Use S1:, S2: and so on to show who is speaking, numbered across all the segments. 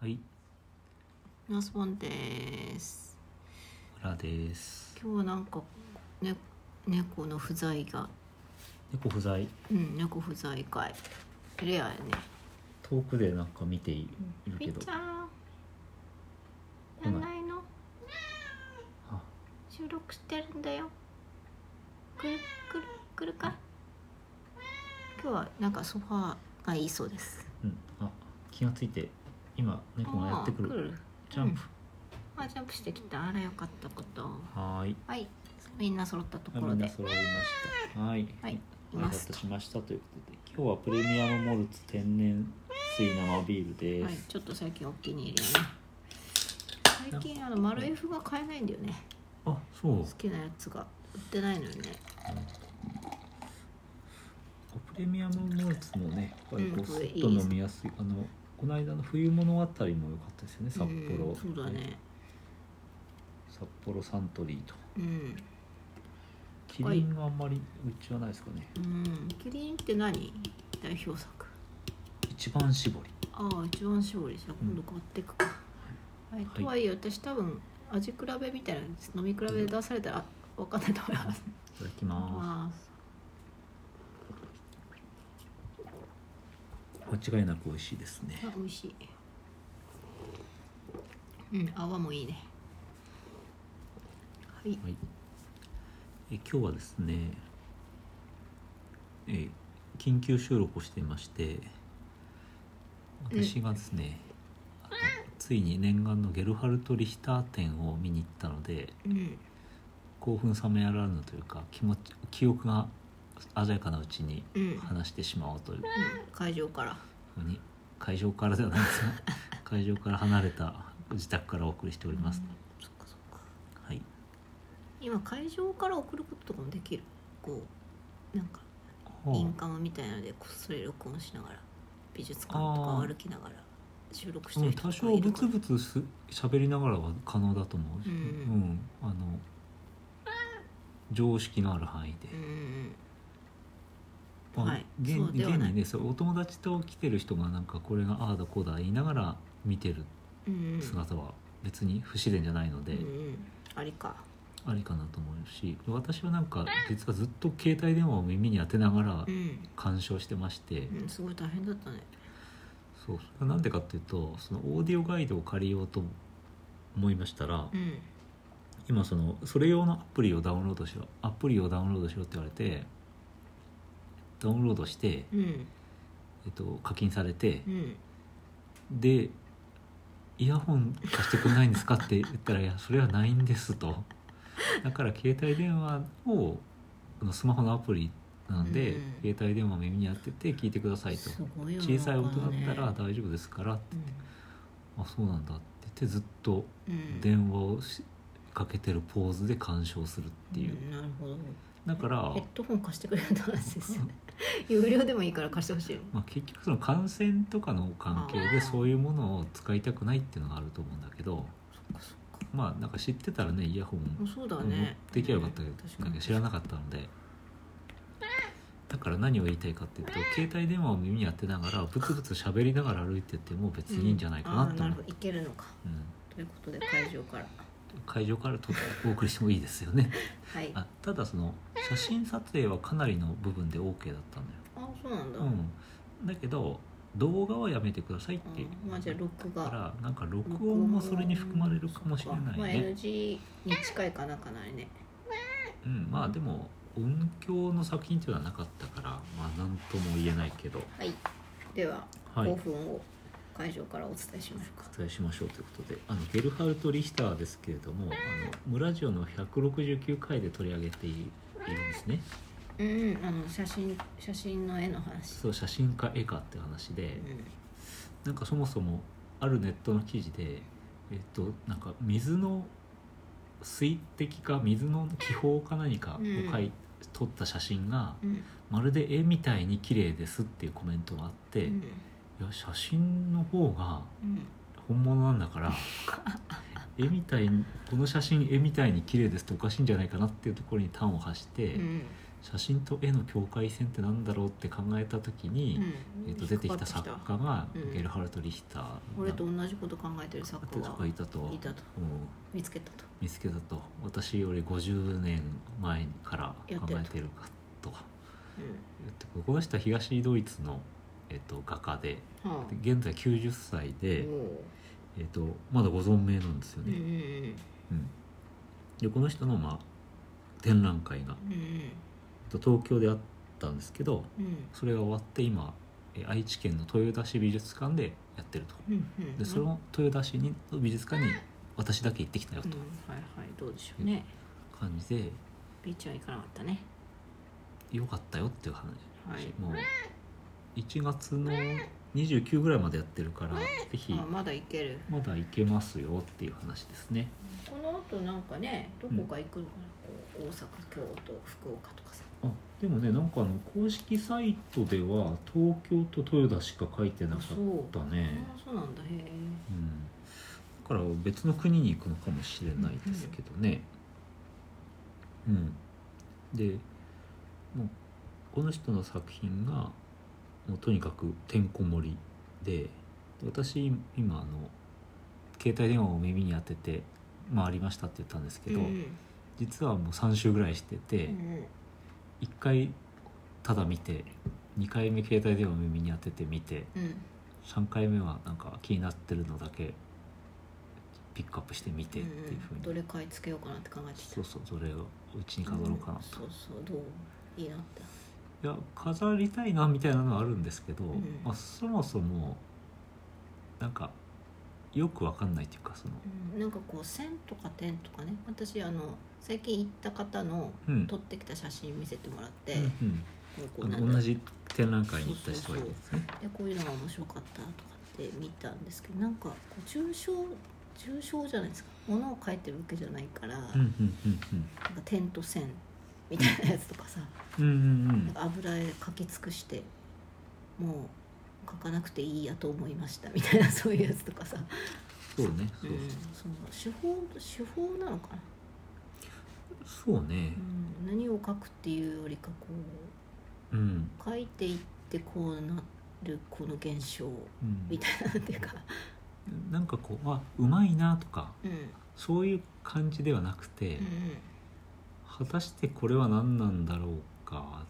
S1: はい、
S2: ナスボンです
S1: 村です。
S2: 今日はなんかね猫の不在が
S1: 猫不在、
S2: うん猫不在会レアやね
S1: 遠くでなんか見ている
S2: み
S1: け
S2: っ
S1: ど
S2: ち、ゃん
S1: 来
S2: やん
S1: ない
S2: ないの
S1: あ、
S2: 収録してるんだよくるくるくるか今日はなんかソファーがいいそうです
S1: うん、あ、気がついて、今猫がやってく
S2: あー
S1: る。ジャンプ、
S2: あジャンプしてきたあらよかったこと
S1: はーい、
S2: はいみんな揃ったと
S1: あ
S2: こ
S1: み
S2: ろ
S1: んな
S2: で
S1: 揃いました。はい、
S2: はいい
S1: 挨
S2: ます
S1: 拶しましたということで、今日はプレミアムモルツ天然水生ビール
S2: はい
S1: です。、
S2: ちょっと最近お気に入りやね最近あの丸 F が買えないんだよね
S1: あ、そう。うん
S2: 好きなやつが売ってないのよね
S1: プレミアムモルツのね、やっぱりこ
S2: うん
S1: う
S2: こ
S1: ス
S2: れいい
S1: ッと飲みやすい、あの。この間の冬物あたりも良かったですよね、札
S2: う
S1: 幌。
S2: ん、そうだね
S1: 札幌サントリーと。
S2: うん、
S1: キリンがあんまりうちはないですかね
S2: うん、キリンって何代表作
S1: 一番絞り
S2: ああ一番搾りじゃあ今度買ってくか、はい、とはいえ私多分味比べみたいなやつ飲み比べで出されたら分かんないと思います
S1: いただきま
S2: あ
S1: す間違いなく美味しいですね
S2: あ美味しいうん泡もいいねはい
S1: はいえ今日はですねえ緊急収録をしていまして
S2: うん
S1: 私がですね、あのついに念願のゲルハルト・リヒター展を見に行ったので
S2: うん
S1: 興奮冷めやらぬというか気持ち記憶が鮮やかなうちに
S2: うん
S1: 話してしまおうという
S2: うん会場から
S1: ここに会場からではないですが 会場から離れた自宅からお送りしております、
S2: そっかそっか
S1: はい
S2: 今会場から送ることとかもできるこうなんかインカムみたいなのでこっそり録音しながら美術館とか
S1: あ
S2: を
S1: ー
S2: 歩きながら収録して
S1: う
S2: る
S1: ん
S2: 人
S1: 多
S2: とか
S1: 少
S2: い
S1: ブ
S2: るか
S1: ツ
S2: ら
S1: ブツす喋りながらは可能だと思うし、
S2: うん
S1: うんあの常識のある範囲で、
S2: うんうん
S1: まあ
S2: はい
S1: 現
S2: そうでは
S1: 現
S2: ない
S1: にねそうお友達と来てる人がなんかこれがああだこうだ言いながら見てる
S2: うんうん
S1: 姿は別に不自然じゃないので、
S2: うんうんありか
S1: ありかなと思うし私はなんか実はずっと携帯電話を耳に当てながら
S2: うん
S1: 鑑賞してまして、
S2: うんすごい大変だったね
S1: そうそれなんでかっていうとそのオーディオガイドを借りようと思いましたら、
S2: うん
S1: 今そのそれ用のアプリをダウンロードしろアプリをダウンロードしろって言われてダウンロードして、
S2: うん
S1: えっと、課金されて
S2: う、ん
S1: でイヤホン貸してくれないんですかって言ったら「いやそれはないんです」とだから携帯電話をあのスマホのアプリなんで、
S2: うんうん
S1: 携帯電話を耳に当てて聞いてくださいと
S2: すごいよね
S1: 小さい音だった
S2: こ
S1: ら大丈夫ですから
S2: れね
S1: あそうなんだって言ってずっと
S2: うんうん
S1: 電話をしかけてるポーズで鑑賞するっていう、
S2: んなるほど
S1: だから
S2: ヘッ、ドホン貸してくれるって話で すよね有料でもいいから貸してほしいよ
S1: まあ、結局その感染とかの関係
S2: あー
S1: でそういうものを使いたくないっていうのがあると思うんだけど
S2: そっかそっか
S1: まあなんか知ってたらねイヤホ
S2: もう
S1: ン
S2: そうだ
S1: 持っ
S2: ね
S1: てきゃよかったけ
S2: うん確か
S1: ど、なん
S2: に
S1: か知らなかったのでだから何を言いたいかっていうと携帯電話を耳に当てながらブツブツ喋りながら歩いてても別にいいんじゃないかなと
S2: あー
S1: 思
S2: る
S1: う
S2: ほ、どいけるのか
S1: うん、
S2: ということで会場から
S1: 会場から撮ってお送りしてもいいですよね
S2: はいあ
S1: あただその写真撮影はかなりの部分で OK だったんだよ
S2: そうなんだ、
S1: うん、だけど動画はやめてくださいっていう
S2: あまあじゃあ録
S1: だか
S2: 画
S1: らなんか録音もそれに含まれるかもしれ
S2: まあ
S1: ないね、
S2: NG に近いかなかなりね
S1: うん、まあでも音響の作品っていうのはなかったからまあ何とも言えないけど
S2: はいでは、
S1: はい
S2: 5
S1: お
S2: 分を会場からお伝えしましょうか
S1: 伝えしましょうということであのゲルハルト・リヒターですけれどもあのムラジオの169回で取り上げているんですね
S2: うんあの写真写真の絵の話
S1: そう写真家絵かって話
S2: う
S1: で
S2: ん
S1: なんかそもそもあるネットの記事でえっとなんか水の水滴か水の気泡か何かを描い、撮った写真が
S2: うん
S1: まるで絵みたいに綺麗ですっていうコメントがあって、
S2: う
S1: い
S2: ん
S1: や写真の方が
S2: うん
S1: 本物なんだから 絵みたいにこの写真絵みたいに綺麗ですっておかしいんじゃないかなっていうところに端を発して、
S2: うん
S1: 写真と絵の境界線ってなんだろうって考えた時に、えっと出てきた作家が
S2: うん
S1: ゲルハルト・リヒターが
S2: 俺と同じこと考えてる作
S1: 作
S2: 家
S1: 家
S2: が
S1: がいたと
S2: いたと
S1: うん
S2: 見つけたと
S1: 見つけたと私より50年前から考えてるかと
S2: う
S1: えっとこの人は東ドイツの、えっと、画家で
S2: んはあ
S1: で現在90歳で、
S2: おう
S1: えっと、まだご存命なんですよ
S2: うんうん
S1: ね、うんでこの人の、まあ、展覧会が、
S2: うんうん
S1: えっと、東京であったんですけど
S2: うん
S1: それが終わって今え愛知県の豊田市美術館でやってると
S2: うんうん
S1: でその豊田市に美術館に私だけ行ってきたよ
S2: う
S1: と
S2: んはいはいどうでしょうね
S1: 感じで
S2: ビーチは行かなかったね
S1: 良かったよっていう話
S2: はい
S1: もう1月の29ぐらいまでやってるからぜひ
S2: あまだ行ける
S1: まだ行けますよっていう話ですね
S2: この後なんかねどこか行くのかな、こう大阪京都福岡とかさ
S1: あでもねなんかあの公式サイトでは東京と豊田しか書いてなか
S2: あ
S1: っ
S2: そう
S1: た
S2: あ
S1: ね
S2: そうなんだへえ
S1: うんだから別の国に行くのかもしれないですけどねうんでもうこの人の作品がもうとにかくてんこ盛りでで私今あの携帯電話を耳に当てて回りましたって言ったんですけど、
S2: うん
S1: 実はもう3週ぐらいしてて、
S2: うん
S1: 1回ただ見て2回目携帯電話を耳に当てて見て
S2: うん
S1: 3回目はなんか気になってるのだけピックアップして見てっていうふうに、
S2: どれ買い付けようかなって考えてた
S1: そうそうそれをうちに飾ろうかなと、
S2: そうそうどういいなって
S1: いや飾りたいなみたいなのはあるんですけど、
S2: ん
S1: まあ、そもそもなんかよくわかんないっていうかその、
S2: うんなんかこう線とか点とかね私あの最近行った方の
S1: うん
S2: 撮ってきた写真見せてもらって、
S1: うん
S2: こ
S1: う
S2: うこうんな
S1: あ
S2: ん
S1: の
S2: だ
S1: 同じ展覧会に行った人がいるんですね
S2: いやこういうのが面白かったとかって見たんですけどなんかこう抽象抽象じゃないですかものを描いてるわけじゃないから、
S1: うん
S2: なん
S1: うんうん
S2: か点と線みたいなやつとかさ
S1: うんうんうんうん
S2: なんか油絵描き尽くしてもう描かなくていいやと思いましたみたいな そういうやつとかさ、、
S1: そうねそううん
S2: その手法手法なのかな、
S1: そうそうね
S2: うん、何を描くっていうよりかこ
S1: うん、
S2: う描いていってこうなるこの現象
S1: うん
S2: みたいなっていうか、
S1: なんかこうあうまいなとか
S2: うん、
S1: そういう感じではなくて、
S2: うんうん
S1: 果たしてこれは何なんだろうか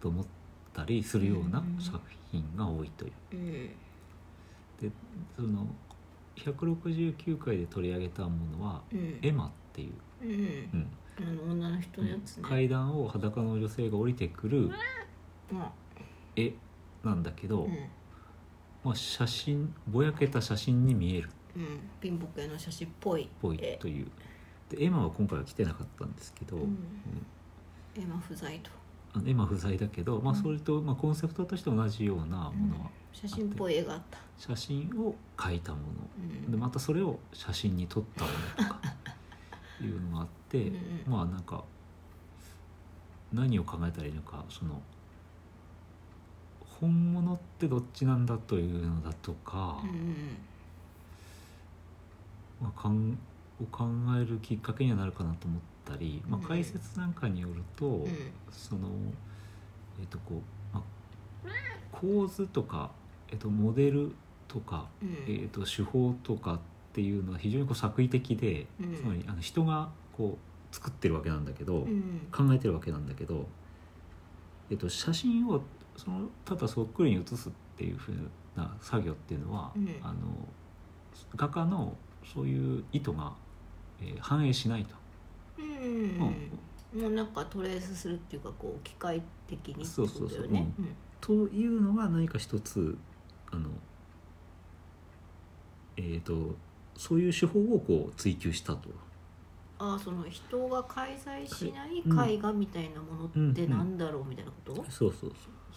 S1: と思ったりするような
S2: うん
S1: 作品が多いという。
S2: うん
S1: でその169回で取り上げたものは
S2: うん
S1: 「エマ」っていう、
S2: うん
S1: うん
S2: あの女の人のやつね、
S1: 階段を裸の女性が降りてくる
S2: ま
S1: 絵なんだけど、
S2: あうん
S1: まあ、写真ぼやけた写真に見えるっ
S2: うん、貧乏系の写真っぽいっ
S1: ぽいという。でエマは今回は来てなかったんですけど、
S2: うん
S1: うん
S2: エマ不在と、
S1: あの今不在だけど、まあ、
S2: うん
S1: それと、まあ、コンセプトとして同じようなものは
S2: 写真っぽい絵があった、
S1: 写真を描いたも
S2: う
S1: の
S2: ん
S1: でまたそれを写真に撮ったものとかいうのがあって、
S2: うんうん
S1: まあなんか何を考えたらいいのかその本物ってどっちなんだというのだとか、
S2: うんうん
S1: まあ、かんを考えるきっかけにはなるかなと思ったり、まあ、解説なんかによると、
S2: うん
S1: そのえっ、とこう、まあ、構図とか、えっとモデルとか、
S2: うん
S1: えっと手法とかっていうのは非常にこう作為的で、
S2: うん
S1: つまりあの人がこう作ってるわけなんだけど、
S2: うん
S1: 考えてるわけなんだけど、えっと写真をそのただそっくりに写すっていうふうな作業っていうのは、
S2: うん
S1: あの画家のそういう意図が、えー反映しないと。
S2: うんうんうんもうなんかトレースするっていうかこう機械的に
S1: そうそうそう
S2: ってことだよね
S1: うというのが何か一つあのえっ、とそういう手法をこう追求したと
S2: ああその人が介在しない絵画みたいなものってなんだろうみたいなこと、
S1: そうそう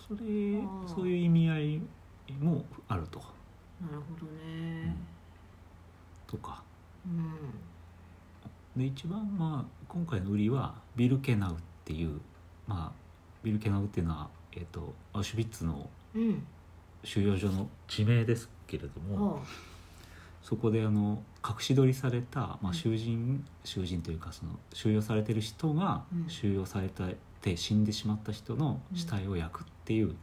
S1: そうそれ
S2: あー
S1: そういう意味合いもあると
S2: なるほどね
S1: とか
S2: うん
S1: で一番、まあ、今回の売りはビルケナウっていう、まあ、ビルケナウっていうのは、えー、とアウシュビッツの
S2: うん、
S1: 収容所の地名ですけれども、
S2: ああ
S1: そこであの隠し撮りされた、
S2: う
S1: まあ、
S2: ん
S1: 囚人、囚人というかその収容されてる人が
S2: うん
S1: 収容されたって死んでしまった人の死体を焼くっていう
S2: うん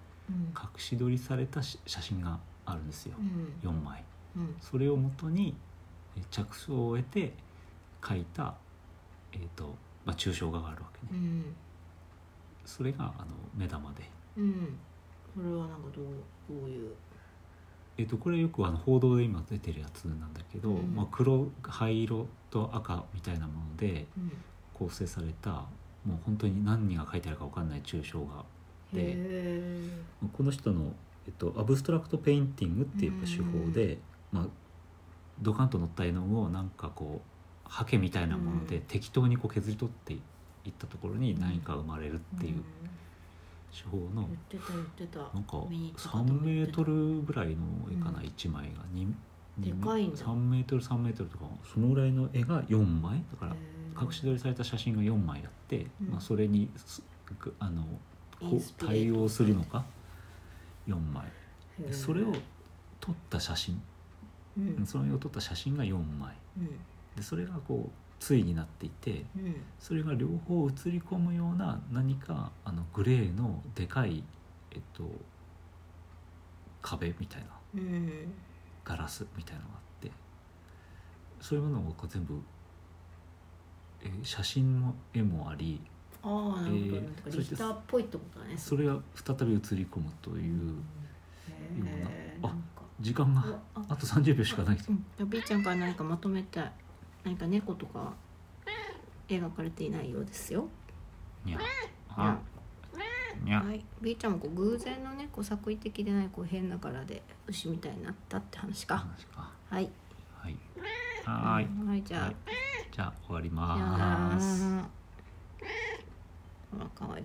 S1: 隠し撮りされたし写真があるんですよ
S2: うん
S1: 4枚
S2: うん
S1: それをもとにえ着想を得て描いた、えーとまあ、抽象画があるわけね、
S2: うん
S1: それがあの目玉で、
S2: うんこれはなんかどうどういう
S1: えー、とこれよくあの報道で今出てるやつなんだけど、
S2: うん
S1: まあ、黒灰色と赤みたいなもので
S2: うん
S1: 構成されたもう本当に何が書いてあるか分かんない抽象画で
S2: へえ
S1: この人の、えっと、アブストラクト・ペインティングっていう手法で、まあ、ドカンと乗った絵の具をなんかこうハケみたいなもの
S2: う
S1: で
S2: ん
S1: 適当にこう削り取っていったところに何か生まれるっていうん手法の
S2: 言ってた言ってた
S1: なんか
S2: 見に行った方も
S1: 3メ
S2: 言
S1: ー
S2: ってた
S1: トルぐらいの絵かな
S2: うん
S1: 1枚がにに
S2: でかいんだ
S1: 3メートル3メートルとかそのぐらいの絵が4枚だから
S2: へえ
S1: 隠し撮りされた写真が4枚あって、
S2: うん
S1: まあ、それにすぐあのこう
S2: インスピレーシ
S1: 対
S2: ョン
S1: 応するのか4枚
S2: へ
S1: で
S2: え
S1: それを撮った写真
S2: うんうん
S1: その絵を撮った写真が4枚でそれがこう対になっていて
S2: うん
S1: それが両方映り込むような何かあのグレーのでかい、えっと、壁みたいな
S2: うん
S1: ガラスみたいなのがあってそういうものをこう全部えー写真も絵もあり
S2: ああなるほど、
S1: えー
S2: なんか
S1: そ
S2: リ
S1: して
S2: ヒターっぽいってことだね
S1: それが再び映り込むと
S2: う
S1: いうんいう
S2: へえ
S1: もの
S2: なんか
S1: 時間が
S2: うわあ
S1: あと30秒しかないと
S2: うん、じゃあ B ちゃんから何かまとめたい何か猫とか描かれていないようですよ
S1: にゃ
S2: ゃ
S1: あにゃ
S2: はい、B ちゃんもこう偶然のねこう作為的でないこう変な柄で牛みたいになったって話か、
S1: 話か
S2: はい
S1: はいはーい
S2: はいじゃ
S1: はいじゃあ終わり
S2: あ、
S1: ます
S2: さよならほら可愛い